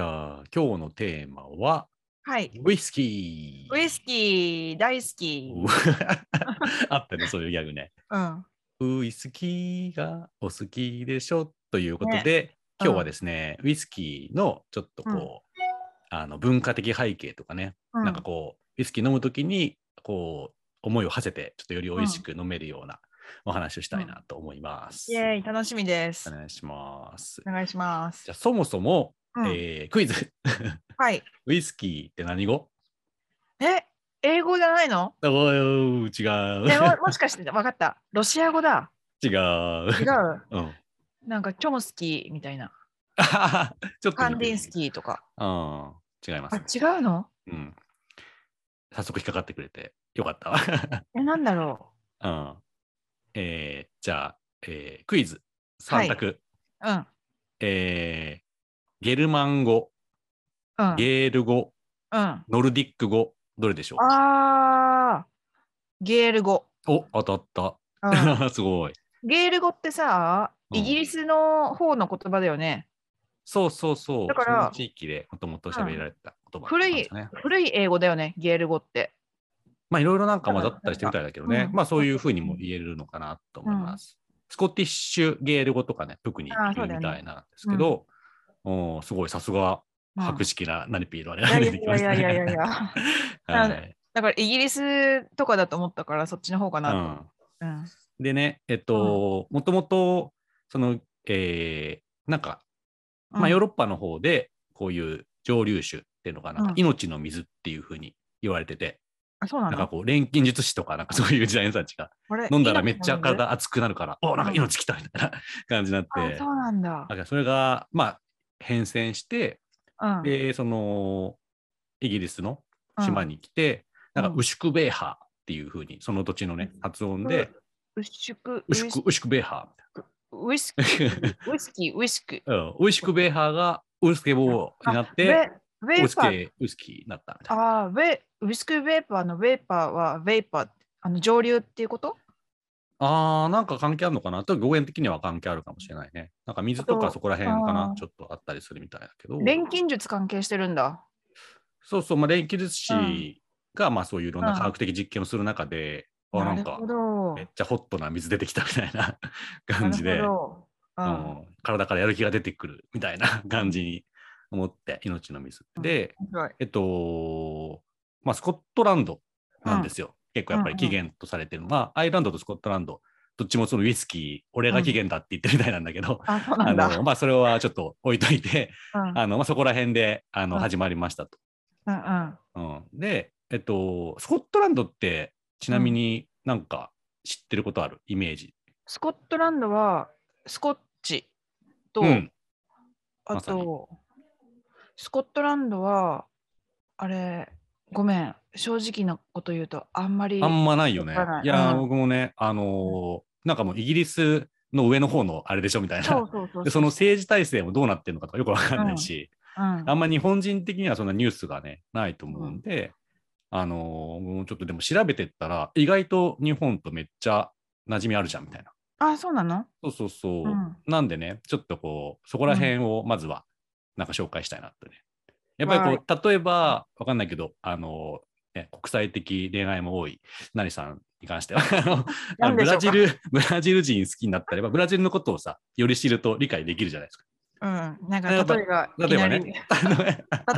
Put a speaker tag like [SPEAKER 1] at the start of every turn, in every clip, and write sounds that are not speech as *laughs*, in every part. [SPEAKER 1] 今日のテーマは、
[SPEAKER 2] はい。
[SPEAKER 1] ウイスキー。
[SPEAKER 2] ウイスキー大好き。
[SPEAKER 1] *laughs* あったね、そういうギャグね。
[SPEAKER 2] うん。
[SPEAKER 1] ウイスキーがお好きでしょということで、
[SPEAKER 2] うん
[SPEAKER 1] 今日はですね、ウイスキーのちょっとこう、あの文化的背景とかね、
[SPEAKER 2] う
[SPEAKER 1] なんかこう、ウイスキー飲むときに、こう、思いを馳せて、ちょっとより美味しく飲めるようなお話をしたいなと思います。
[SPEAKER 2] イェーイ、楽しみです
[SPEAKER 1] お。願いします。
[SPEAKER 2] お願いします
[SPEAKER 1] じゃ。あ、そもそも、
[SPEAKER 2] うん
[SPEAKER 1] えークイズ。
[SPEAKER 2] はい。
[SPEAKER 1] ウイスキーって何語
[SPEAKER 2] え、英語じゃな
[SPEAKER 1] *laughs*
[SPEAKER 2] いの
[SPEAKER 1] おー違
[SPEAKER 2] え
[SPEAKER 1] う。
[SPEAKER 2] ももしかして、わかった。ロシア語だ。
[SPEAKER 1] *laughs* 違う。
[SPEAKER 2] 違
[SPEAKER 1] *laughs*
[SPEAKER 2] う。
[SPEAKER 1] うん。
[SPEAKER 2] なんか、チョムスキーみたいな。
[SPEAKER 1] あははちょっと
[SPEAKER 2] カ
[SPEAKER 1] 似
[SPEAKER 2] ン
[SPEAKER 1] て
[SPEAKER 2] ディ
[SPEAKER 1] る
[SPEAKER 2] ンスキーとか。
[SPEAKER 1] うん。違いま
[SPEAKER 2] あ、
[SPEAKER 1] す。
[SPEAKER 2] 違うの
[SPEAKER 1] うん。早速引っかかってくれてよかったわ。
[SPEAKER 2] え、なんだろ
[SPEAKER 1] *laughs* うん。えーじゃあ、えークイズ
[SPEAKER 2] は
[SPEAKER 1] 3
[SPEAKER 2] い
[SPEAKER 1] 択。
[SPEAKER 2] う。うん。
[SPEAKER 1] えーゲルマン語、
[SPEAKER 2] うん。
[SPEAKER 1] ゲール語、
[SPEAKER 2] うん。
[SPEAKER 1] ノルディック語、どれでしょう
[SPEAKER 2] あー、ゲール語。
[SPEAKER 1] お、当たった。
[SPEAKER 2] う
[SPEAKER 1] *laughs*
[SPEAKER 2] ん
[SPEAKER 1] すごい。
[SPEAKER 2] ゲール語ってさ、
[SPEAKER 1] うん
[SPEAKER 2] イギリスの方の言葉だよね。
[SPEAKER 1] そうそうそう。
[SPEAKER 2] だから
[SPEAKER 1] その地域でもともと喋られた言葉なん
[SPEAKER 2] 古
[SPEAKER 1] で
[SPEAKER 2] い
[SPEAKER 1] すね、
[SPEAKER 2] 古い英語だよね、ゲール語って。
[SPEAKER 1] まあいろいろなんか混ざったりしてみたいだけどね、
[SPEAKER 2] うん
[SPEAKER 1] まあそういうふうにも言えるのかなと思います。スコティッシュゲール語とかね、特に
[SPEAKER 2] あー
[SPEAKER 1] い
[SPEAKER 2] そ
[SPEAKER 1] る
[SPEAKER 2] うだよ
[SPEAKER 1] み
[SPEAKER 2] ね
[SPEAKER 1] たいなんですけど、おーすごい、さすが
[SPEAKER 2] うん
[SPEAKER 1] 博識な何ピーのあれ
[SPEAKER 2] いや
[SPEAKER 1] が
[SPEAKER 2] い
[SPEAKER 1] 出てきま
[SPEAKER 2] やい
[SPEAKER 1] した
[SPEAKER 2] やいやいやい
[SPEAKER 1] ね。 *laughs*
[SPEAKER 2] や。
[SPEAKER 1] はい
[SPEAKER 2] だからイギリスとかだと思ったからそっちの方か
[SPEAKER 1] う
[SPEAKER 2] な。
[SPEAKER 1] ん
[SPEAKER 2] うん。
[SPEAKER 1] でね、えっと、もともと、その、えーなんか、まあヨー
[SPEAKER 2] ロ
[SPEAKER 1] ロッパの方で、こういう蒸留酒っていうのが、なんか
[SPEAKER 2] うん
[SPEAKER 1] 命の水っていうふうに言われてて、
[SPEAKER 2] あ、そうな
[SPEAKER 1] なんか
[SPEAKER 2] の
[SPEAKER 1] こう、錬金術師とか、なんかそういう時代の人たちが、
[SPEAKER 2] あれ
[SPEAKER 1] *laughs* 飲んだらめっちゃ
[SPEAKER 2] 今の飲んでる
[SPEAKER 1] 体熱くなるから、おなんか命きたみたいな感じになって、
[SPEAKER 2] あ、そうなんだ
[SPEAKER 1] だか。らそれが、まあ、変遷して、
[SPEAKER 2] うん。
[SPEAKER 1] で、その、イギリスの
[SPEAKER 2] うん
[SPEAKER 1] 島に来て、なん
[SPEAKER 2] う
[SPEAKER 1] か、
[SPEAKER 2] ん
[SPEAKER 1] ウシュクベーハーっていう風に、その土地のね、発音で、
[SPEAKER 2] ウシュク、
[SPEAKER 1] ウシュク、ウシュクベーハ
[SPEAKER 2] ウイスキ
[SPEAKER 1] ーみたい
[SPEAKER 2] ー、ウイスキー、ウイスキー。
[SPEAKER 1] な。 *laughs* うんウシュクベーハーが、ウスケボーになっ
[SPEAKER 2] ウ
[SPEAKER 1] て、
[SPEAKER 2] ェウェ
[SPEAKER 1] ウ
[SPEAKER 2] イ
[SPEAKER 1] ス
[SPEAKER 2] パー。
[SPEAKER 1] ケ、ウスキーになったみたいな。
[SPEAKER 2] あーウェウイスキーウェイパーのウェイパーはウェイパー、あの上流っていうこと
[SPEAKER 1] あー、なんか関係あるのかなと、語源的には関係あるかもしれないね。なんか水と
[SPEAKER 2] あ
[SPEAKER 1] か
[SPEAKER 2] と
[SPEAKER 1] そこら辺か
[SPEAKER 2] あ
[SPEAKER 1] な
[SPEAKER 2] ー、
[SPEAKER 1] ちょっとあったりするみたいだけど。
[SPEAKER 2] 錬金術関係してるんだ。
[SPEAKER 1] そうそう、まあ、錬金術
[SPEAKER 2] う
[SPEAKER 1] 師が、まあ、そういういろん
[SPEAKER 2] う
[SPEAKER 1] なん科学的実験をする中で、あな
[SPEAKER 2] なんる
[SPEAKER 1] か
[SPEAKER 2] ほど
[SPEAKER 1] めっ。ちゃホットな水出てきたみたいな *laughs*
[SPEAKER 2] な
[SPEAKER 1] 感じで
[SPEAKER 2] る、ほど。う。
[SPEAKER 1] うんん体からやる気が出てくるみたいな *laughs* 感じに思って命の水
[SPEAKER 2] うん
[SPEAKER 1] で、
[SPEAKER 2] 面白い
[SPEAKER 1] えっとまあ、スコットランドなんですよ、結構やっぱり起源とされてるのは、アイルランドとスコットランドどっちもそのウイスキー俺が起源だって言ってるみたいなんだけど、
[SPEAKER 2] あ、そうな
[SPEAKER 1] あ
[SPEAKER 2] んだ。
[SPEAKER 1] のまあ、それはちょっと置いといて
[SPEAKER 2] うん
[SPEAKER 1] あの、まあ、そこら辺であ
[SPEAKER 2] う
[SPEAKER 1] の
[SPEAKER 2] ん
[SPEAKER 1] 始まりましたと。
[SPEAKER 2] うんうん。
[SPEAKER 1] うん、で、えっと、スコットランドってちなみになんか知ってることある、イメージ。
[SPEAKER 2] スコットランドはスコッチと、
[SPEAKER 1] うん、
[SPEAKER 2] あ
[SPEAKER 1] まさに
[SPEAKER 2] と、スコットランドは、あれ、ごめん、正直なこと言うと、あんまり。
[SPEAKER 1] あんまないよね
[SPEAKER 2] わからな。い
[SPEAKER 1] いやー、
[SPEAKER 2] うん
[SPEAKER 1] 僕もね、あのーなんかもうイギリスの上の方のあれでしょみたい
[SPEAKER 2] そ
[SPEAKER 1] な。
[SPEAKER 2] うそうそう
[SPEAKER 1] でその政治体制もどうなってるのかとかよくわかんないし、
[SPEAKER 2] うん
[SPEAKER 1] あんま日本人的にはそんなニュースがね、ないと思うんで、あのーもうちょっとでも調べてったら、意外と日本とめっちゃ馴染みあるじゃんみたいな。
[SPEAKER 2] あ、そうなの
[SPEAKER 1] そうそうそう。
[SPEAKER 2] うん
[SPEAKER 1] なんでね、ちょっとこう、そこら辺をまずは、なんか紹介したいなってね。やっぱりこう、例えば、わかんないけど、あの、ね、国際的恋愛も多い、なりさんに関して
[SPEAKER 2] *laughs*
[SPEAKER 1] は、あのあ
[SPEAKER 2] な
[SPEAKER 1] の
[SPEAKER 2] ん
[SPEAKER 1] ブ
[SPEAKER 2] でし
[SPEAKER 1] ラ
[SPEAKER 2] ょうか
[SPEAKER 1] ジル、ブラジル人好きになったらば、ブラジルのことをさ、より知ると理解できるじゃ
[SPEAKER 2] *laughs*
[SPEAKER 1] ないですか。
[SPEAKER 2] うん。なんか、
[SPEAKER 1] 例えば
[SPEAKER 2] 例えば、
[SPEAKER 1] 例えばね
[SPEAKER 2] いきなり
[SPEAKER 1] *laughs* あの例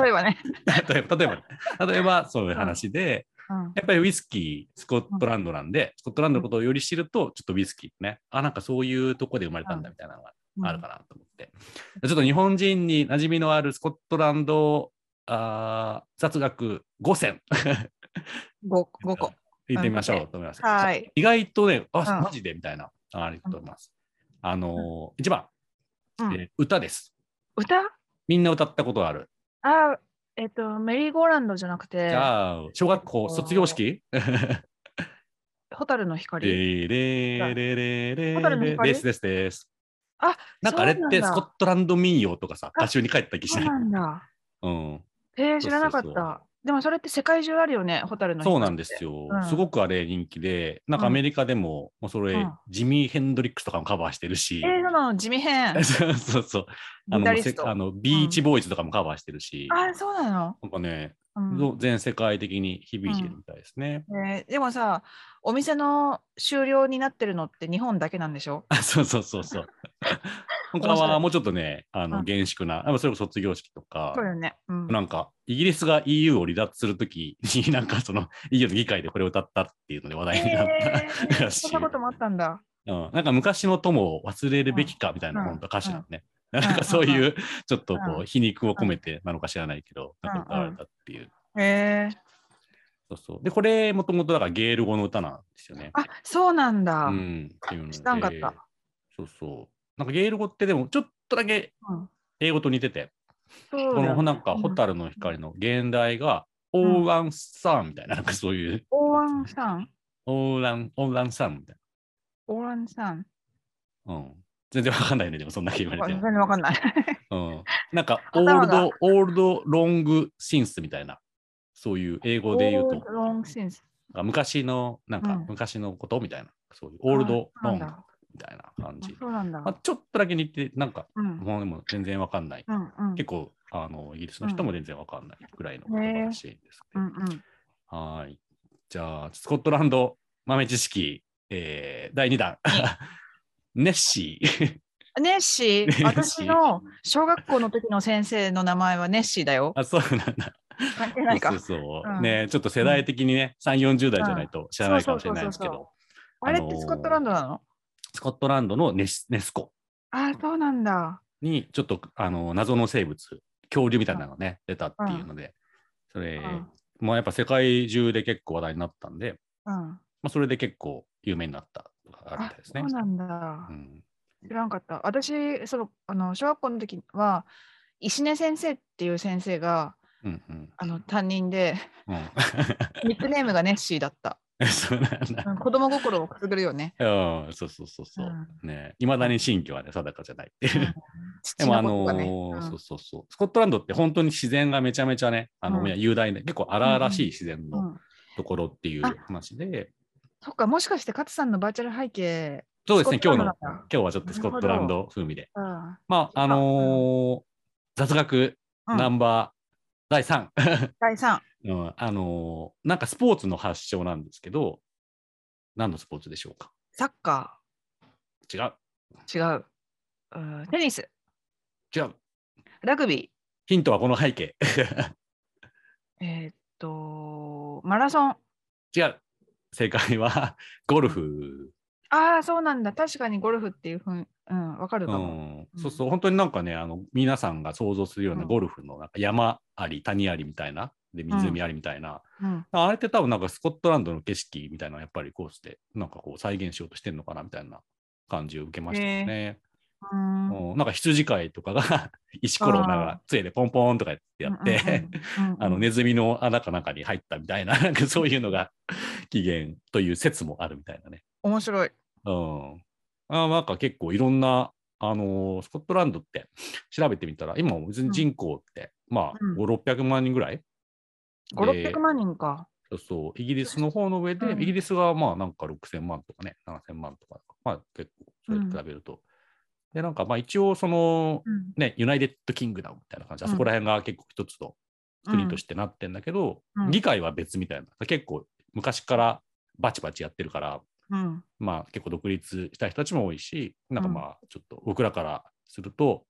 [SPEAKER 2] 例えばね。
[SPEAKER 1] えば、例えばね、例えばそういう話で、
[SPEAKER 2] うん
[SPEAKER 1] やっぱりウイスキー、スコットランドなんで、スコットランドのことをより知ると、ちょっとウイスキーってね、あ、なんかそういうとこで生まれたんだみたいなのがあるかなと思って。ちょっと日本人に馴染みのあるスコットランドあー雑学5選
[SPEAKER 2] 5, 5個。
[SPEAKER 1] 行ってみましょうと思います。
[SPEAKER 2] はい。
[SPEAKER 1] 意外とね、あ、
[SPEAKER 2] うん
[SPEAKER 1] マジでみたいな、あありがとうございます。あのー、1番、
[SPEAKER 2] うん
[SPEAKER 1] えー歌です。
[SPEAKER 2] 歌
[SPEAKER 1] みんな歌ったことある。
[SPEAKER 2] あ、えっ、と、メリーゴーランドじゃなく
[SPEAKER 1] じ
[SPEAKER 2] て、
[SPEAKER 1] ゃあ、小学校卒業式
[SPEAKER 2] ホタルの光。
[SPEAKER 1] レーレーレーレーレ
[SPEAKER 2] 蛍の
[SPEAKER 1] ーレー
[SPEAKER 2] 光
[SPEAKER 1] ですですです。
[SPEAKER 2] あ、
[SPEAKER 1] なんかあれっ
[SPEAKER 2] そうなん
[SPEAKER 1] て
[SPEAKER 2] だ
[SPEAKER 1] スコットランド民謡とかさ、
[SPEAKER 2] あ
[SPEAKER 1] 歌集に帰った気し
[SPEAKER 2] そう
[SPEAKER 1] ない
[SPEAKER 2] な。んだ。
[SPEAKER 1] うん。
[SPEAKER 2] えー、知らなかっ
[SPEAKER 1] そうそうそ
[SPEAKER 2] た。でもそれって世界中あるよね、ホタルの人
[SPEAKER 1] そうなんですよ、
[SPEAKER 2] うん
[SPEAKER 1] すごくあれ人気で、なんかアメリカでも、もうそれ、
[SPEAKER 2] うん
[SPEAKER 1] ジミー・ヘンドリックスとかもカバーしてるし。
[SPEAKER 2] え、ー、そうなの、地味編
[SPEAKER 1] *laughs* そうそうそうあ
[SPEAKER 2] ギタ
[SPEAKER 1] の
[SPEAKER 2] リ
[SPEAKER 1] せ
[SPEAKER 2] スト。
[SPEAKER 1] あ
[SPEAKER 2] あ
[SPEAKER 1] の、ビーチボーイズとかもカバーしてるし、
[SPEAKER 2] ー、そうなの、
[SPEAKER 1] なんかね、
[SPEAKER 2] うん
[SPEAKER 1] 全世界的に響いてるみたいですね。
[SPEAKER 2] えーでもさ、お店の終了になってるのって日本だけなんでしょ
[SPEAKER 1] あ *laughs* そうそうそう
[SPEAKER 2] *laughs*
[SPEAKER 1] そう。
[SPEAKER 2] 面
[SPEAKER 1] 他
[SPEAKER 2] 白い
[SPEAKER 1] はもうちょっとね、あ
[SPEAKER 2] う
[SPEAKER 1] の
[SPEAKER 2] ん
[SPEAKER 1] 厳粛な、あそれこそ卒業式とか
[SPEAKER 2] そう、よね。うん、
[SPEAKER 1] なんかイギリスが EU を離脱するときに、なんかその EU の議会でこれを歌ったっていうので話題になった。 *laughs*
[SPEAKER 2] えー、
[SPEAKER 1] らしい
[SPEAKER 2] そんなこともあったんだ。
[SPEAKER 1] うん、なんか昔の友を忘れるべきかみたいな本当歌詞なのね。 *laughs* なんかそういうちょっとこ
[SPEAKER 2] う
[SPEAKER 1] う皮肉を込めてなのか知らないけど、なんか歌われたっていう。
[SPEAKER 2] えー、
[SPEAKER 1] そうそう。で、これもともとだからゲール語の歌なんですよね。
[SPEAKER 2] あそうなんだ。
[SPEAKER 1] うん。っていうので
[SPEAKER 2] 知らんかった。
[SPEAKER 1] そうそう。なんかゲール語ってでもちょっとだけ
[SPEAKER 2] うん
[SPEAKER 1] 英語と似てて、
[SPEAKER 2] そう
[SPEAKER 1] こ
[SPEAKER 2] だよ
[SPEAKER 1] の
[SPEAKER 2] ね
[SPEAKER 1] なんか
[SPEAKER 2] うん
[SPEAKER 1] 蛍の光の現代がオーランサンみたいな、なんかそういう、
[SPEAKER 2] オーランさん
[SPEAKER 1] オーラン、オーランサンみたい
[SPEAKER 2] オーランさん
[SPEAKER 1] な。うん。全然わかんないよね、でもそんだけ言わ
[SPEAKER 2] わ
[SPEAKER 1] れて
[SPEAKER 2] 全。然わかんない。
[SPEAKER 1] うんなんか、オー
[SPEAKER 2] 頭
[SPEAKER 1] ル
[SPEAKER 2] が
[SPEAKER 1] ド、オールドロングシンスみたいな、そういう英語で言う
[SPEAKER 2] *laughs* オール
[SPEAKER 1] と、
[SPEAKER 2] ロングシンス。
[SPEAKER 1] 昔の、なんか
[SPEAKER 2] うん、
[SPEAKER 1] 昔のことみたいな、そういう、オールドロ
[SPEAKER 2] あそう
[SPEAKER 1] ング
[SPEAKER 2] なんだ
[SPEAKER 1] みたいな感じ
[SPEAKER 2] あ。そうなんだ。
[SPEAKER 1] まあ、ちょっとだけ似て、なんか、
[SPEAKER 2] うん。
[SPEAKER 1] もうでも全然わかんない。
[SPEAKER 2] うんうん。
[SPEAKER 1] 結構、あの、イギリスの人も全然わかんないぐらいの言葉らしいです
[SPEAKER 2] う
[SPEAKER 1] ね。
[SPEAKER 2] んうん。
[SPEAKER 1] はーい。じゃあ、スコットランド豆知識、えー第2弾。 *laughs* ネッシー。
[SPEAKER 2] ネッシ
[SPEAKER 1] ネッシ *laughs* ー
[SPEAKER 2] ー、私の小学校の時の先生の名前はネッシーだよ。
[SPEAKER 1] あ、そうなんだ。
[SPEAKER 2] 関係 *laughs* ないか
[SPEAKER 1] そう。そうそう、
[SPEAKER 2] うん
[SPEAKER 1] ねちょっと世代的にね、3、40代じゃないと知らないかもしれないですけ
[SPEAKER 2] そうそう
[SPEAKER 1] ど、
[SPEAKER 2] あれってスコットランドなの
[SPEAKER 1] スコットランドのネスネス湖
[SPEAKER 2] あそうなんだ。
[SPEAKER 1] に、ちょっと、あの、謎の生物、恐竜みたいなのがね、出たっていうので、それ、
[SPEAKER 2] うん
[SPEAKER 1] まあやっぱ世界中で結構話題になったんで、
[SPEAKER 2] うん。
[SPEAKER 1] まあ、それで結構有名になったとかあるみ
[SPEAKER 2] あ
[SPEAKER 1] たいです
[SPEAKER 2] そ
[SPEAKER 1] ね
[SPEAKER 2] う。なんだ
[SPEAKER 1] う。ん
[SPEAKER 2] 知らんかった。私、その、あの、小学校の時は、石根先生っていう先生が、
[SPEAKER 1] うんうん
[SPEAKER 2] あの、担
[SPEAKER 1] *laughs*
[SPEAKER 2] 任で、
[SPEAKER 1] う
[SPEAKER 2] ニックネームがネッシーだった。
[SPEAKER 1] ん、 *laughs* そうなんだ。
[SPEAKER 2] うん子供心をくすぐるよね。
[SPEAKER 1] うん、そうそうそうそう *laughs* う。
[SPEAKER 2] ん。
[SPEAKER 1] ねいまだに新居はね、定かじゃないっていううんで
[SPEAKER 2] 父
[SPEAKER 1] もあの
[SPEAKER 2] のことがね
[SPEAKER 1] ー
[SPEAKER 2] うん
[SPEAKER 1] そうそうそうスコットランドって本当に自然がめちゃめちゃねあの、
[SPEAKER 2] うん
[SPEAKER 1] 雄大で結構荒々しい自然
[SPEAKER 2] う
[SPEAKER 1] の
[SPEAKER 2] ん
[SPEAKER 1] ところっていう
[SPEAKER 2] あ
[SPEAKER 1] 話で、
[SPEAKER 2] そっか、もしかして勝さんのバーチャル背景。
[SPEAKER 1] そうですね
[SPEAKER 2] スコ
[SPEAKER 1] 今日の
[SPEAKER 2] ットラン
[SPEAKER 1] 今
[SPEAKER 2] ドなんだ
[SPEAKER 1] 日はちょっとスコットランド風味で
[SPEAKER 2] うん
[SPEAKER 1] まああのー雑学
[SPEAKER 2] うん
[SPEAKER 1] ナンバー、第3、
[SPEAKER 2] 第三
[SPEAKER 1] *laughs* うん、あのーなんかスポーツの発祥なんですけど何のスポーツでしょうか
[SPEAKER 2] サッカ
[SPEAKER 1] 違う
[SPEAKER 2] ー、違ううん。テニス、
[SPEAKER 1] 違う
[SPEAKER 2] ラグビ
[SPEAKER 1] ヒントはこの背景
[SPEAKER 2] ー、えーっと、マラソン。
[SPEAKER 1] 違う正解はゴルフ
[SPEAKER 2] ああ、そうなんだ。確かにゴルフっていうふううん、わかるかも。
[SPEAKER 1] うん、そうそう、本当になんかね、あの皆さんが想像するような
[SPEAKER 2] うん
[SPEAKER 1] ゴルフのなんか山あり、谷ありみたいな、で湖ありみたいな、
[SPEAKER 2] うん、
[SPEAKER 1] あれって多分なんかスコットランドの景色みたいなのやっぱりコースで、なんかこう再現しようとしてるのかなみたいな感じを受けましたよね。
[SPEAKER 2] うん
[SPEAKER 1] うんなんか羊飼いとかが *laughs* 石ころをなんか杖でポンポンとかやってやって、 *laughs*
[SPEAKER 2] うんうんうんうん
[SPEAKER 1] あのネズミの穴か中に入ったみたいな、なんかそういうのが起源という説もあるみたいなね。
[SPEAKER 2] 面白い。
[SPEAKER 1] うん。あなんか結構いろんな、あのースコットランドって調べてみたら、今も別に人口って、まあ、
[SPEAKER 2] うん
[SPEAKER 1] 5、600万人ぐらい
[SPEAKER 2] 5、
[SPEAKER 1] で
[SPEAKER 2] 600万人か。
[SPEAKER 1] そうそう、イギリスの方の上で、
[SPEAKER 2] うん
[SPEAKER 1] イギリスがまあなんか6000万とかね、7000万とか、まあ結構、それに比べると。で、なんかまあ一応、その、
[SPEAKER 2] うん
[SPEAKER 1] ね、ユナイテッドキングダムみたいな感じで、あそこら辺が結構一つの国としてなってんだけど、
[SPEAKER 2] うん
[SPEAKER 1] 議会は別みたいな。結構昔からバチバチやってるから、
[SPEAKER 2] うん
[SPEAKER 1] まあ、結構独立した人たちも多いし、なんか
[SPEAKER 2] うん
[SPEAKER 1] まあ、ちょっと僕らからすると、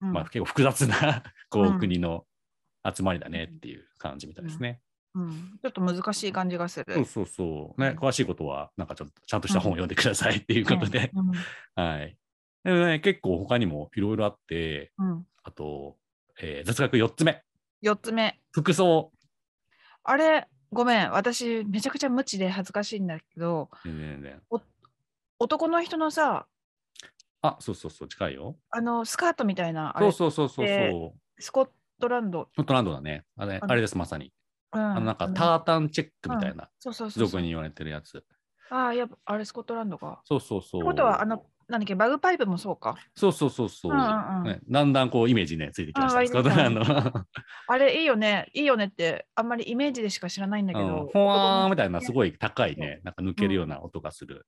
[SPEAKER 2] うん
[SPEAKER 1] まあ、結構複雑な *laughs* こう、
[SPEAKER 2] うん
[SPEAKER 1] 国の集まりだねっていう感じみたいですね。
[SPEAKER 2] うん、ちょっと難しい感じがする。
[SPEAKER 1] そうそうそう。ね、
[SPEAKER 2] うん
[SPEAKER 1] 詳しいことは、なんかちょっとちゃんとした本を読んでくださいっていうことで、
[SPEAKER 2] うん
[SPEAKER 1] *laughs* はい。でもね、結構他にもいろいろあって、
[SPEAKER 2] うん
[SPEAKER 1] あと、えー雑学4つ目、
[SPEAKER 2] 4つ目。
[SPEAKER 1] 服装。
[SPEAKER 2] あれ、ごめん、私、めちゃくちゃ無知で恥ずかしいんだけど、
[SPEAKER 1] ねねねね
[SPEAKER 2] 男の人のさ、
[SPEAKER 1] あ、そうそうそう、近いよ。
[SPEAKER 2] あのスカートみたいな、あ
[SPEAKER 1] そ
[SPEAKER 2] れ
[SPEAKER 1] うそうそうそう
[SPEAKER 2] で
[SPEAKER 1] そう。
[SPEAKER 2] スコットランド。
[SPEAKER 1] ホットランドだね。あれ、
[SPEAKER 2] あの
[SPEAKER 1] あれです、まさに。
[SPEAKER 2] うん、
[SPEAKER 1] あ
[SPEAKER 2] あ
[SPEAKER 1] の、なんか、
[SPEAKER 2] の
[SPEAKER 1] タータンチェックみたいな、
[SPEAKER 2] そうそうそうそう
[SPEAKER 1] 俗に言われてるやつ。
[SPEAKER 2] ああ、やっぱあれスコットランドか。
[SPEAKER 1] そうそうそ
[SPEAKER 2] っ
[SPEAKER 1] う。
[SPEAKER 2] てことは、あの、なんだっけ、バグパイプもそうか。
[SPEAKER 1] そうそうそうそう。
[SPEAKER 2] うんうんうん
[SPEAKER 1] ね、だんだんこうイメージね、ついてきました。
[SPEAKER 2] あ
[SPEAKER 1] スコットランドの。
[SPEAKER 2] あれいいよね、いいよねって、あんまりイメージでしか知らないんだけ
[SPEAKER 1] うん
[SPEAKER 2] ど。
[SPEAKER 1] ほわーみたいな、すごい高いね、なんか抜けるような音がする。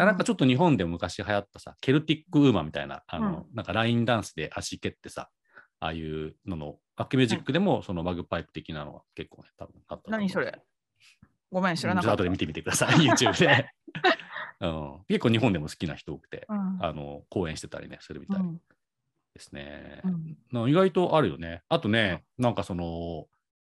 [SPEAKER 1] あなんかちょっと日本でも昔流行ったさ、ケルティックウーマンみたいな、あの、なんかラインダンスで足蹴ってさ、ああいうのの、アッキュミュージックでもそのバグパイプ的なのは結構ね、多分あったと思う
[SPEAKER 2] 何それごめん、知らな
[SPEAKER 1] うんちょ
[SPEAKER 2] か
[SPEAKER 1] っ
[SPEAKER 2] っ
[SPEAKER 1] と後
[SPEAKER 2] た。
[SPEAKER 1] で見てみてくだ
[SPEAKER 2] *laughs*
[SPEAKER 1] さい、YouTube で。うん、結構日本でも好きな人多くて、
[SPEAKER 2] うん
[SPEAKER 1] あの、公演してたりね、するみた
[SPEAKER 2] う
[SPEAKER 1] い
[SPEAKER 2] ん
[SPEAKER 1] ですね。
[SPEAKER 2] うん
[SPEAKER 1] な意外とあるよね。あとね、なんかその、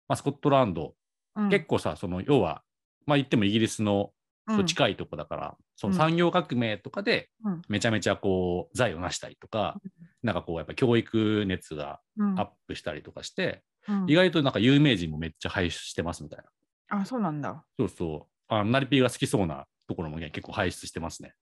[SPEAKER 1] まあ、スコットランド、
[SPEAKER 2] うん
[SPEAKER 1] 結構さ、その要は、まあ言ってもイギリスのと近いとこだから、その産業革命とかで
[SPEAKER 2] うん
[SPEAKER 1] めちゃめちゃこう財を成したりとか、なんかこうやっぱ教育熱が
[SPEAKER 2] うん
[SPEAKER 1] アップしたりとかして、
[SPEAKER 2] うん
[SPEAKER 1] 意外となんか有名人もめっちゃ輩出してますみたいな。
[SPEAKER 2] あ、そうなんだ。
[SPEAKER 1] そうそう。あナリピーが好きそうなところも、ね、結構輩出してますね。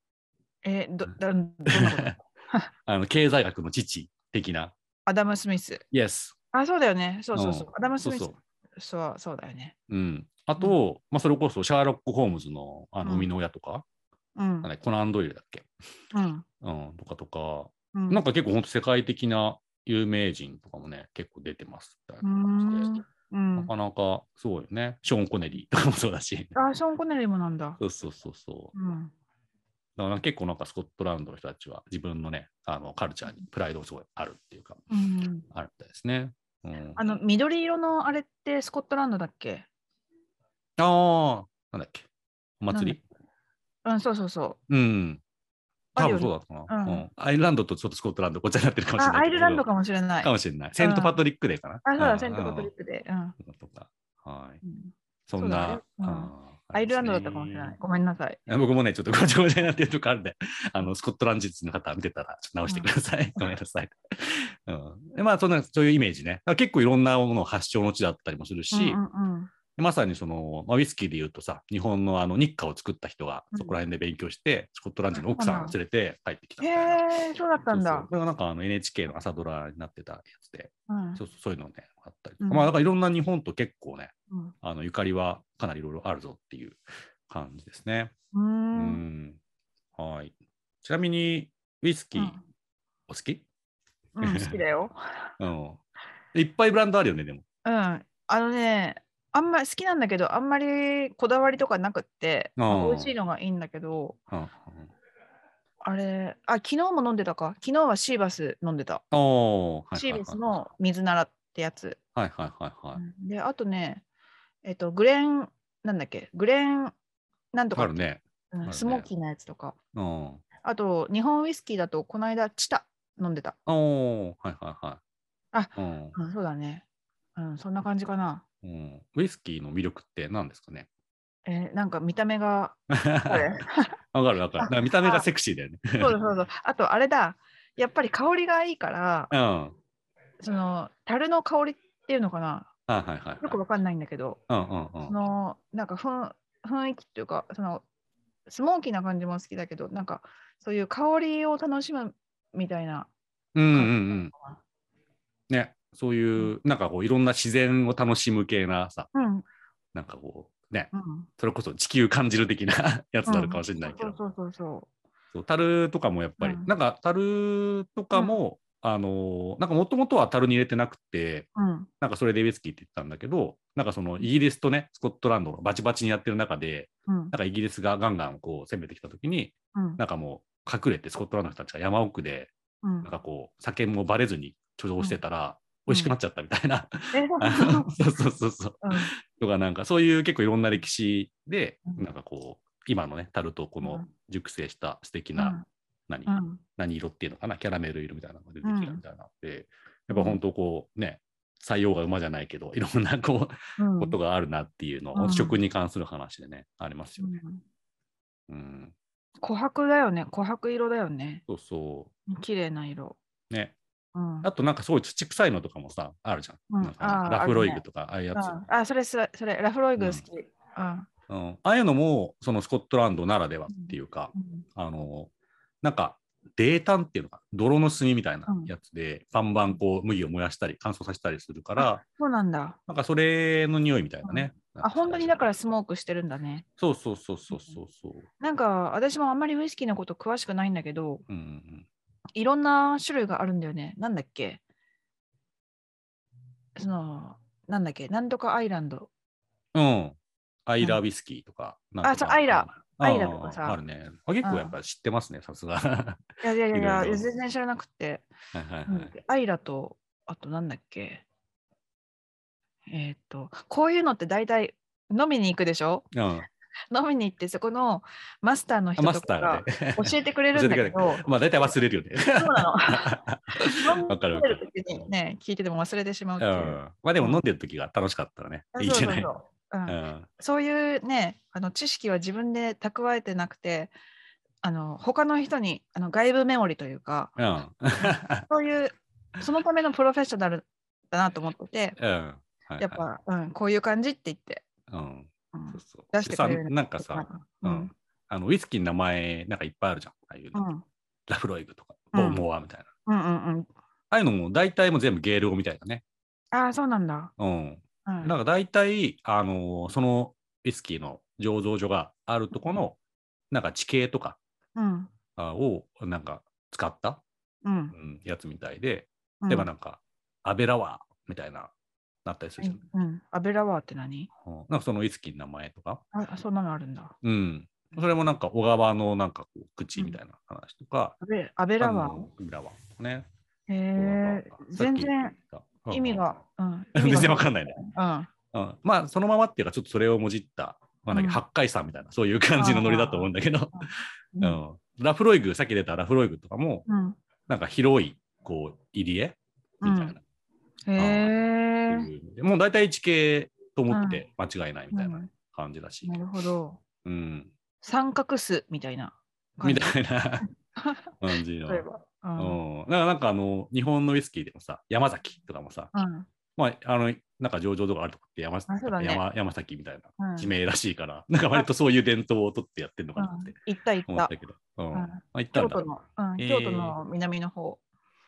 [SPEAKER 2] え、ど、だ、どんな
[SPEAKER 1] *laughs*
[SPEAKER 2] こと
[SPEAKER 1] あの経済学の父的な。
[SPEAKER 2] アダム・スミス。
[SPEAKER 1] イエス。
[SPEAKER 2] あ、そうだよね。そうそうそう
[SPEAKER 1] う。ん
[SPEAKER 2] アダム・スミス。
[SPEAKER 1] そうそう
[SPEAKER 2] そう、そうだよね。
[SPEAKER 1] うん。あと、まあ、それこそシャーロック・ホームズのあの
[SPEAKER 2] うん
[SPEAKER 1] 生みの親とか、
[SPEAKER 2] う
[SPEAKER 1] な
[SPEAKER 2] ん
[SPEAKER 1] ん。だっけコナン・ドイルだっけ、
[SPEAKER 2] うん。
[SPEAKER 1] うん、とかとか、
[SPEAKER 2] うん
[SPEAKER 1] なんか結構本当世界的な有名人とかもね、結構出てますみたいうな感じで
[SPEAKER 2] ん。うん
[SPEAKER 1] なかなかそうよね。ショーン・コネリーとかもそうだし。
[SPEAKER 2] あ、ショーン・コネリーもなんだ。
[SPEAKER 1] そうそうそうそう。
[SPEAKER 2] うん。
[SPEAKER 1] だから結構なんかスコットランドの人たちは自分のね、あのカルチャーにプライドがすごいあるっていうか、
[SPEAKER 2] うん。
[SPEAKER 1] あるみたいですね。うん、
[SPEAKER 2] あの、緑色のあれってスコットランドだっけ
[SPEAKER 1] あーなんだっけお祭り
[SPEAKER 2] うん、そうそうそう。
[SPEAKER 1] うん。多
[SPEAKER 2] あるよ
[SPEAKER 1] 分
[SPEAKER 2] ね
[SPEAKER 1] そうだったな、
[SPEAKER 2] うん
[SPEAKER 1] うんアイルランドとちょっとスコットランド、こっちゃになってるかもしれ
[SPEAKER 2] あ、
[SPEAKER 1] ない
[SPEAKER 2] ア
[SPEAKER 1] け
[SPEAKER 2] イ
[SPEAKER 1] ど。
[SPEAKER 2] ルランドかもしれない。
[SPEAKER 1] か
[SPEAKER 2] あ、
[SPEAKER 1] もしれない。セントパトリックデーかな。
[SPEAKER 2] そうだ、セント
[SPEAKER 1] うん
[SPEAKER 2] パトリックで。うん。
[SPEAKER 1] うんとか。はい。
[SPEAKER 2] うん
[SPEAKER 1] そんな。
[SPEAKER 2] そうだねうん
[SPEAKER 1] あー
[SPEAKER 2] アイルランドだったかもしれない。。ごめんなさい。
[SPEAKER 1] あ僕もね、ちょっとごちゃごちゃになってるとこあるんで、 *laughs* あの、スコットランド人の方見てたら、ちょっと直してくださ
[SPEAKER 2] *laughs*
[SPEAKER 1] い。ごめんなさい。うん。でまあ、そんな、そういうイメージね。だから結構いろんなもの発祥の地だったりもするし、
[SPEAKER 2] うんうんうん
[SPEAKER 1] まさにその、まあ、ウイスキーで言うとさ、日本のあの、日課を作った人が、そこら辺で勉強して、スコットランド人の奥さんを連れて帰ってきたみたいな。
[SPEAKER 2] へえ、そうだったん
[SPEAKER 1] そうそ
[SPEAKER 2] だ
[SPEAKER 1] う。これがなんかあの NHK の朝ドラになってたやつで、
[SPEAKER 2] うん
[SPEAKER 1] そうそうそういうのね、あったりと
[SPEAKER 2] う
[SPEAKER 1] か、
[SPEAKER 2] ん
[SPEAKER 1] まあだからいろんな日本と結構ね、
[SPEAKER 2] うん
[SPEAKER 1] あのゆかりはかなりいろいろあるぞっていう感じですね。
[SPEAKER 2] うー。
[SPEAKER 1] うんん。はい。ちなみに、ウイスキー、
[SPEAKER 2] うん
[SPEAKER 1] お好き
[SPEAKER 2] うん、好きだよ。
[SPEAKER 1] うん。いっぱいブランドあるよね、でも。
[SPEAKER 2] うん。あのね、あんま好きなんだけど、あんまりこだわりとかなくって、
[SPEAKER 1] あー
[SPEAKER 2] まあ美味しいのがいいんだけど、
[SPEAKER 1] うんうん、
[SPEAKER 2] あれ、あ、昨日も飲んでたか。昨日はシーバス飲んでた。
[SPEAKER 1] おー、はいはいはい、
[SPEAKER 2] シーバスの水ならってやつ。
[SPEAKER 1] はいはいはいはい。
[SPEAKER 2] うんで、あとね、えっと、グレン、なんだっけ、グレン、なんとか
[SPEAKER 1] あ
[SPEAKER 2] って
[SPEAKER 1] るね。
[SPEAKER 2] うん
[SPEAKER 1] あるね
[SPEAKER 2] スモーキーなやつとか。
[SPEAKER 1] うん。お
[SPEAKER 2] あと、日本ウイスキーだと、この間、チタ飲んでた。
[SPEAKER 1] ー、はいはいはい。
[SPEAKER 2] あ
[SPEAKER 1] うん
[SPEAKER 2] うん、そうだね。うん、そんな感じかな。
[SPEAKER 1] うん、ウイスキーの魅力って何ですかね
[SPEAKER 2] えーなんか見た目
[SPEAKER 1] *laughs*
[SPEAKER 2] が。あ
[SPEAKER 1] わ
[SPEAKER 2] れ
[SPEAKER 1] かるわかる。なんか見た目がセクシーだよね。
[SPEAKER 2] そうだそうだ。あと、あれだ。やっぱり香りがいいから
[SPEAKER 1] う、ん。はい
[SPEAKER 2] その、樽の香りっていうのかな。
[SPEAKER 1] はいはいはい。
[SPEAKER 2] よくわかんないんだけど、
[SPEAKER 1] うんうんう
[SPEAKER 2] そ
[SPEAKER 1] ん。
[SPEAKER 2] の、なんかふん雰囲気っていうか、その、スモーキーな感じも好きだけど、なんか、そういう香りを楽しむみたいな。
[SPEAKER 1] うんうんうん。ね、そういう、なんかこう、いろんな自然を楽しむ系なさ、
[SPEAKER 2] うん、
[SPEAKER 1] なんかこう、ね、
[SPEAKER 2] うん。
[SPEAKER 1] それこそ地球感じる的な *laughs* やつなのかもしれないけど、
[SPEAKER 2] そうそうそうそ
[SPEAKER 1] そう樽とかもやっぱり、
[SPEAKER 2] うん
[SPEAKER 1] なんか樽とかも、あのーなんかもともとは樽に入れてなくて、
[SPEAKER 2] う。うん。
[SPEAKER 1] なんかそれでウイスキーって言ったんだけど、なんかそのイギリスとね、スコットランドのバチバチにやってる中で、
[SPEAKER 2] うん
[SPEAKER 1] な。んかイギリスがガンガンこう攻めてきた時に、
[SPEAKER 2] うん
[SPEAKER 1] なんかもう隠れてスコットランドの人たちが山奥で、
[SPEAKER 2] うん
[SPEAKER 1] なんかこう、酒もバレずに貯蔵してたら、
[SPEAKER 2] うん
[SPEAKER 1] 美味しくなっちゃったみたいな、
[SPEAKER 2] えそう
[SPEAKER 1] あ
[SPEAKER 2] そうそ
[SPEAKER 1] の *laughs* そ
[SPEAKER 2] う
[SPEAKER 1] うそうそうそう。
[SPEAKER 2] うん
[SPEAKER 1] とかなんかそういう結構いろんな歴史で、
[SPEAKER 2] うん
[SPEAKER 1] なんかこう今のねタルトこ
[SPEAKER 2] う
[SPEAKER 1] の
[SPEAKER 2] ん
[SPEAKER 1] 熟成した素敵な、何、
[SPEAKER 2] うん
[SPEAKER 1] 何色っていうのかなキャラメル色みたいなのが出てきたみたいなので、やっぱ本当こうね採用が馬じゃないけどいろんなこう、
[SPEAKER 2] うん
[SPEAKER 1] ことがあるなっていうのは、
[SPEAKER 2] うん
[SPEAKER 1] 食に関する話でねありますよね。
[SPEAKER 2] うん
[SPEAKER 1] うん、
[SPEAKER 2] 琥珀だよね琥珀色だよね
[SPEAKER 1] そうそ
[SPEAKER 2] 綺麗な色
[SPEAKER 1] うね
[SPEAKER 2] うん
[SPEAKER 1] あとなんかすごい土臭いのとかもさあるじゃん,、
[SPEAKER 2] うん
[SPEAKER 1] なんかなんか
[SPEAKER 2] あー
[SPEAKER 1] ラフロイ
[SPEAKER 2] あ
[SPEAKER 1] グ
[SPEAKER 2] るね
[SPEAKER 1] とかああいうやつ、
[SPEAKER 2] うんあそれそれそれラフロイグ好きうん
[SPEAKER 1] うんああいうのもそのスコットランドならではっていうか、
[SPEAKER 2] うん
[SPEAKER 1] あの、なんか、泥炭っていうのか、泥の炭みたいなやつで、バンバンこう麦を燃やしたり、乾燥させたりするから、
[SPEAKER 2] そうなんだ
[SPEAKER 1] なんかそれの匂いみたいなね、
[SPEAKER 2] あ本当にだからスモークしてるんだね。
[SPEAKER 1] そうそうそうそうそうそう。
[SPEAKER 2] なんか私もあんまりウイスキーのこと詳しくないんだけど、
[SPEAKER 1] うんうん
[SPEAKER 2] いろんな種類があるんだよね。なんだっけその、なんだっけなんとかアイランド。
[SPEAKER 1] うん。うん。アイラウイスキーとか。なんと
[SPEAKER 2] そう
[SPEAKER 1] か
[SPEAKER 2] アイラ。
[SPEAKER 1] うん
[SPEAKER 2] アイラとかさ
[SPEAKER 1] あるね。あ結構やっぱ知ってますね、さすが。はい
[SPEAKER 2] いやいやいやいや、
[SPEAKER 1] いろいろ
[SPEAKER 2] 全然知らなくて。
[SPEAKER 1] はいはい
[SPEAKER 2] なんだっけアイラと、あとなんだっけえーっと、こういうのって大体飲みに行くでしょ
[SPEAKER 1] うん
[SPEAKER 2] 飲みに行ってそこのマスターの
[SPEAKER 1] あ。
[SPEAKER 2] 人
[SPEAKER 1] マ
[SPEAKER 2] と
[SPEAKER 1] スタ
[SPEAKER 2] か
[SPEAKER 1] ーが
[SPEAKER 2] が
[SPEAKER 1] ね。
[SPEAKER 2] 教えてくれるんだけど、
[SPEAKER 1] *laughs* まあ大体忘れるよ
[SPEAKER 2] *laughs*
[SPEAKER 1] ね。
[SPEAKER 2] そうな
[SPEAKER 1] *laughs*
[SPEAKER 2] の。
[SPEAKER 1] わかるわ
[SPEAKER 2] 飲ん
[SPEAKER 1] か
[SPEAKER 2] で
[SPEAKER 1] る
[SPEAKER 2] る時にね、聞いてても忘れてしまうっ
[SPEAKER 1] う
[SPEAKER 2] ていう。
[SPEAKER 1] ん。まあでも飲んでる時が楽しかったらね。いい
[SPEAKER 2] あ
[SPEAKER 1] じ
[SPEAKER 2] そ
[SPEAKER 1] ゃ
[SPEAKER 2] う
[SPEAKER 1] ない。
[SPEAKER 2] そうそううん
[SPEAKER 1] うん。
[SPEAKER 2] そういうねあの知識は自分で蓄えてなくてあの他の人にあの外部メモリというか
[SPEAKER 1] うん。
[SPEAKER 2] そういうそのためのプロフェッショナルだなと思ってて
[SPEAKER 1] うん。はい
[SPEAKER 2] やっぱ、うん、こういう感じって言って、
[SPEAKER 1] はい。うん。
[SPEAKER 2] うん
[SPEAKER 1] そうそう。
[SPEAKER 2] 出してくれる
[SPEAKER 1] でさなんかさ、
[SPEAKER 2] う
[SPEAKER 1] うんん、あのウイスキーの名前なんかいっぱいあるじゃん。ああいう
[SPEAKER 2] う
[SPEAKER 1] の、
[SPEAKER 2] ん
[SPEAKER 1] ラフロイグとか、
[SPEAKER 2] う
[SPEAKER 1] ボ
[SPEAKER 2] ん
[SPEAKER 1] ーモアみたいな。あ
[SPEAKER 2] うんうんうん
[SPEAKER 1] あいうのも大体もう全部ゲール語みたいだね。
[SPEAKER 2] ああそうなんだ、
[SPEAKER 1] うん。
[SPEAKER 2] うん、
[SPEAKER 1] なんか大体、あのーそのウイスキーの醸造所があるとこの、なんか地形とか
[SPEAKER 2] うん
[SPEAKER 1] あをなんか使った、
[SPEAKER 2] う
[SPEAKER 1] うんん、やつみたいで、
[SPEAKER 2] うん
[SPEAKER 1] 例えばなんか、アベラワーみたいな、なったりするじゃん。
[SPEAKER 2] うん、アベラワーって何
[SPEAKER 1] うんなんかそのウイスキーの名前とか。
[SPEAKER 2] あそんなのあるんだ
[SPEAKER 1] うん。それもなんか小川のなんかこう口みたいな話とか、
[SPEAKER 2] アベアベラワ
[SPEAKER 1] あ
[SPEAKER 2] ー
[SPEAKER 1] のアベラワーとかね。
[SPEAKER 2] へ
[SPEAKER 1] なん
[SPEAKER 2] え
[SPEAKER 1] かさっき
[SPEAKER 2] 全然
[SPEAKER 1] 言った
[SPEAKER 2] 意味が、うん、
[SPEAKER 1] うんうん
[SPEAKER 2] 意味
[SPEAKER 1] *laughs* 全然わかんないね、
[SPEAKER 2] うん
[SPEAKER 1] うん、まあそのままっていうかちょっとそれをもじった、まあ、なん
[SPEAKER 2] う
[SPEAKER 1] か
[SPEAKER 2] ん
[SPEAKER 1] 八海山みたいなそういう感じのノリだと思うんだけど、
[SPEAKER 2] う
[SPEAKER 1] *laughs* うんん、ラフロイグさっき出たラフロイグとかも
[SPEAKER 2] うん
[SPEAKER 1] なんか広いこう入り江みたいな、
[SPEAKER 2] へえ
[SPEAKER 1] っていう意味でもう大体地形と思って間違いないみたいな感じだし、
[SPEAKER 2] なるほど。
[SPEAKER 1] うん
[SPEAKER 2] 三角巣みたいな感
[SPEAKER 1] み
[SPEAKER 2] じ。
[SPEAKER 1] たいな *laughs*
[SPEAKER 2] *laughs*
[SPEAKER 1] 感じの
[SPEAKER 2] 例え。ば。う。
[SPEAKER 1] うんん、だからなんかあの日本のウイスキーでもさ山崎とかもさ、
[SPEAKER 2] うん。
[SPEAKER 1] まあ、あのなんか上場とかあるとこって山,、
[SPEAKER 2] そうだね
[SPEAKER 1] 山山崎みたいな
[SPEAKER 2] うん
[SPEAKER 1] 地名らしいから、なんか割とそういう伝統を取ってやってるのかなって
[SPEAKER 2] 行った行
[SPEAKER 1] 思
[SPEAKER 2] っ
[SPEAKER 1] った
[SPEAKER 2] た
[SPEAKER 1] け。ど。うん。
[SPEAKER 2] ん
[SPEAKER 1] まあ、行ったん
[SPEAKER 2] 京
[SPEAKER 1] だ。はい
[SPEAKER 2] 都の、うん、
[SPEAKER 1] えー
[SPEAKER 2] 京都の南の方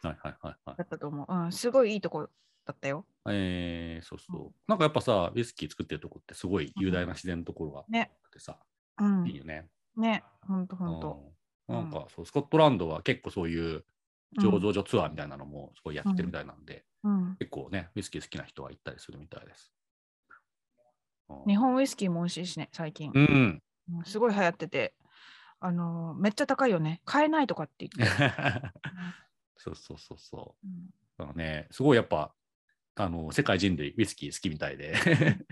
[SPEAKER 1] はいはいはい。
[SPEAKER 2] だったと思う。うん、すごいいいとこだったよ。
[SPEAKER 1] えー、そうそう。なんかやっぱさ、ウイスキー作ってるとこってすごい雄大な自然のところがあ
[SPEAKER 2] ね。
[SPEAKER 1] ってさ、
[SPEAKER 2] うん
[SPEAKER 1] いい。よね。
[SPEAKER 2] ね。ほんとほ
[SPEAKER 1] うん
[SPEAKER 2] と。
[SPEAKER 1] んなんかそう、スコットランドは結構そういう
[SPEAKER 2] うん
[SPEAKER 1] 醸造所ツアーみたいなのもすごいやってるみたいなんで、
[SPEAKER 2] うん。
[SPEAKER 1] 結構ね、ウイスキー好きな人は行ったりするみたいです。うん
[SPEAKER 2] 日本ウイスキーも美味しいしね、最近。
[SPEAKER 1] うん。
[SPEAKER 2] うんすごい流行ってて。あのーめっちゃ高いよね。買えないとかって言って。
[SPEAKER 1] *laughs* そうそうそうそう。
[SPEAKER 2] うん
[SPEAKER 1] だからね、すごいやっぱ、あの、世界人類ウイスキー好きみたいで、 *laughs*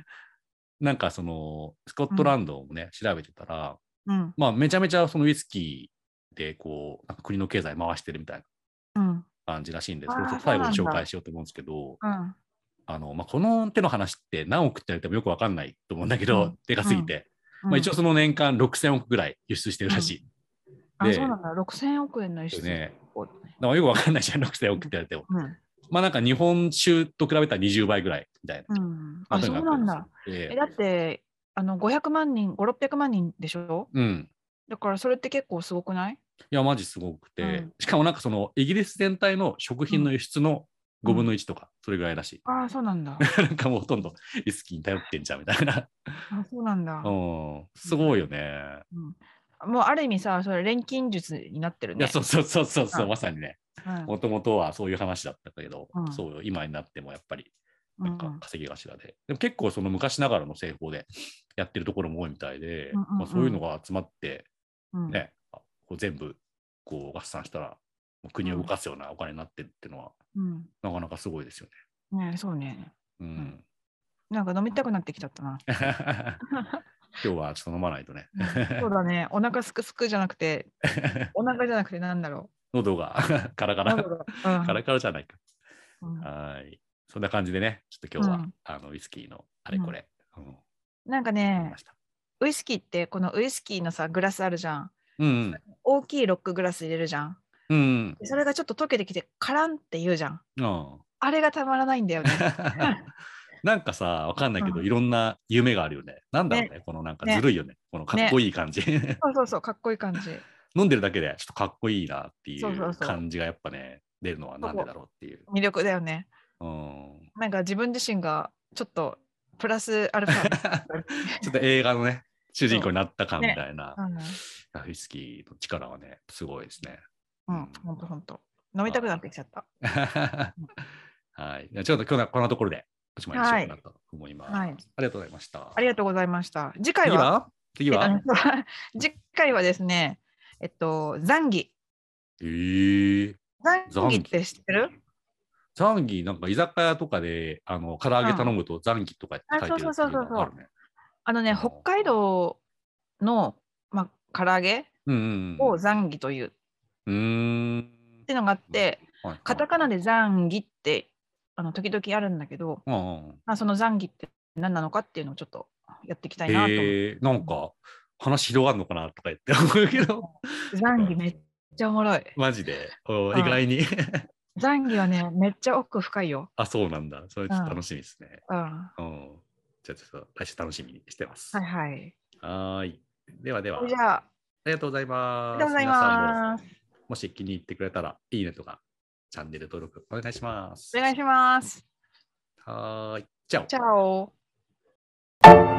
[SPEAKER 1] なんかその、スコットランドをね、調べてたら、
[SPEAKER 2] うん。
[SPEAKER 1] まあ、めちゃめちゃそのウイスキーで、こう、なんか国の経済回してるみたいな
[SPEAKER 2] うん。
[SPEAKER 1] 感じらしいんで、
[SPEAKER 2] あー
[SPEAKER 1] それをちょっと
[SPEAKER 2] そう
[SPEAKER 1] 最後
[SPEAKER 2] なん
[SPEAKER 1] に
[SPEAKER 2] だ
[SPEAKER 1] 紹介しようと思うんですけど、
[SPEAKER 2] うん。
[SPEAKER 1] あの、まあ、この手の話って何億って言われてもよくわかんないと思うんだけど、
[SPEAKER 2] うん
[SPEAKER 1] でかすぎて、
[SPEAKER 2] うん
[SPEAKER 1] まあ、一応その年間6000億ぐらい輸出してるらしい。
[SPEAKER 2] あ、
[SPEAKER 1] で
[SPEAKER 2] そうなんだ。6000億円の輸出。
[SPEAKER 1] ね
[SPEAKER 2] こう
[SPEAKER 1] だからよくわかんないじゃん、6000億って言われても。
[SPEAKER 2] うん。
[SPEAKER 1] まあ、なんか日本中と比べたら20倍ぐらいみたいな。
[SPEAKER 2] うん。あ、そうなんだ。。
[SPEAKER 1] え
[SPEAKER 2] えだってあの500万人500600万人でしょ
[SPEAKER 1] うん。
[SPEAKER 2] だからそれって結構すごくない
[SPEAKER 1] いや、マジすごくて、
[SPEAKER 2] うん
[SPEAKER 1] しかもなんかそのイギリス全体の食品の輸出の
[SPEAKER 2] うん
[SPEAKER 1] 5分の1とか、それぐらいらしい。 *laughs*
[SPEAKER 2] ああそうなんだ
[SPEAKER 1] なんかもうほとんどウイスキーに頼ってんじゃんみたいな。
[SPEAKER 2] あ *laughs* そうなんだ、
[SPEAKER 1] うん、すごいよね。
[SPEAKER 2] うんもうある意味さそれ錬金術になってる
[SPEAKER 1] いや、
[SPEAKER 2] ね
[SPEAKER 1] そうそうそうそうそう、
[SPEAKER 2] うん
[SPEAKER 1] まさにね、
[SPEAKER 2] うん
[SPEAKER 1] もともとはそういう話だったけど、
[SPEAKER 2] うん
[SPEAKER 1] そうよ今になってもやっぱり
[SPEAKER 2] う
[SPEAKER 1] なんか稼ぎ頭で、でも結構その昔ながらの製法でやってるところも多いみたいで、
[SPEAKER 2] うんうんうん
[SPEAKER 1] まあ、そういうのが集まって、
[SPEAKER 2] んうん
[SPEAKER 1] ね、あこう全部こう合算したら、もう国を動かすようなお金になってるっていうのは、
[SPEAKER 2] うん
[SPEAKER 1] なかなかすごいですよね。
[SPEAKER 2] ねそうね
[SPEAKER 1] うん、
[SPEAKER 2] なんか飲みたくなってきちゃったな
[SPEAKER 1] *laughs* 今日はちょっと飲まないとね。
[SPEAKER 2] うんそうだねお腹すくすくじゃなくてお腹じゃなくてなんだろ
[SPEAKER 1] 喉が *laughs* カラカ
[SPEAKER 2] う
[SPEAKER 1] ラ、
[SPEAKER 2] 喉が
[SPEAKER 1] カラカラじゃないか。
[SPEAKER 2] うんうん
[SPEAKER 1] はーい。そんな感じでね、ちょっと今日は、
[SPEAKER 2] うん
[SPEAKER 1] あのウイスキーのあれこれ、うん飲
[SPEAKER 2] なんか
[SPEAKER 1] み
[SPEAKER 2] ね
[SPEAKER 1] ました。
[SPEAKER 2] ウイスキーってこのウイスキーのさグラスあるじゃん
[SPEAKER 1] うん
[SPEAKER 2] 大きいロックグラス入れるじゃん
[SPEAKER 1] うん。うん
[SPEAKER 2] でそれがちょっと溶けてきてカランって言うじゃん
[SPEAKER 1] うん。うん。
[SPEAKER 2] あれがたまらないんだよね。
[SPEAKER 1] なんかさ、わかんないけど、
[SPEAKER 2] う
[SPEAKER 1] いろんな夢があるよね。なんだろうね、このなんかずるいよね。このかっこいい感じ。 *laughs*
[SPEAKER 2] そうそうそう、かっこいい感じ。
[SPEAKER 1] 飲んでるだけでちょっとかっこいいなってい
[SPEAKER 2] そうそう
[SPEAKER 1] う
[SPEAKER 2] そう
[SPEAKER 1] 感じがやっぱね、出るのはなんでだろうっていう。
[SPEAKER 2] *laughs* 魅力だよね。
[SPEAKER 1] うん。
[SPEAKER 2] なんか自分自身がちょっとプラスアル
[SPEAKER 1] *laughs*
[SPEAKER 2] ファ。
[SPEAKER 1] ちょっと映画のね、主人公になったかみたいな、
[SPEAKER 2] うん
[SPEAKER 1] ウイスキーの力はね、すごいですね。 *laughs*
[SPEAKER 2] うん、ほんとほんと。飲みたくなってきちゃった。
[SPEAKER 1] はい。じゃあちょっと今日はこんなところで、おしまいにしようかなと思います。
[SPEAKER 2] はい
[SPEAKER 1] ありがとうございました。
[SPEAKER 2] ありがとうございました。次回は、
[SPEAKER 1] 次は次は
[SPEAKER 2] 次回はですね、えっと、ザンギ。
[SPEAKER 1] えー、
[SPEAKER 2] ザンギって知ってる
[SPEAKER 1] ザンギ、なんか居酒屋とかで、あの、唐揚げ頼むとザンギとかって書いてる
[SPEAKER 2] あそうそうそうそう
[SPEAKER 1] あるね。
[SPEAKER 2] あのね、北海道の、まあ、唐揚げ
[SPEAKER 1] うんうんうん。
[SPEAKER 2] をザンギというっ
[SPEAKER 1] うーん。
[SPEAKER 2] ていうのがあって、
[SPEAKER 1] はいはい
[SPEAKER 2] カタカナでザンギってあの時々あるんだけど、
[SPEAKER 1] うんうんうん。
[SPEAKER 2] まあ、そのザンギって何なのかっていうのをちょっとやっていきたいなと思って。
[SPEAKER 1] えー、なんか話広がるのかなとか言って思うけど、
[SPEAKER 2] ザンギめっちゃおもろい。
[SPEAKER 1] マジで、お
[SPEAKER 2] うん
[SPEAKER 1] 意外に。 *laughs*
[SPEAKER 2] ザンギはね、めっちゃ奥深いよ。
[SPEAKER 1] あ、そうなんだ。それちょっと楽しみですね。
[SPEAKER 2] うん。は
[SPEAKER 1] うん。じゃあちょっと来週楽しみにしてます。
[SPEAKER 2] いはい。
[SPEAKER 1] はーい。ではでは、
[SPEAKER 2] じゃあ、
[SPEAKER 1] ありがとうござい
[SPEAKER 2] あ
[SPEAKER 1] ます。
[SPEAKER 2] りがとうございます。
[SPEAKER 1] す。もし気に入ってくれたら、いいねとか、チャンネル登録お願いします。
[SPEAKER 2] お願いします。
[SPEAKER 1] Ờ, はーい。じゃあ。
[SPEAKER 2] チャオ。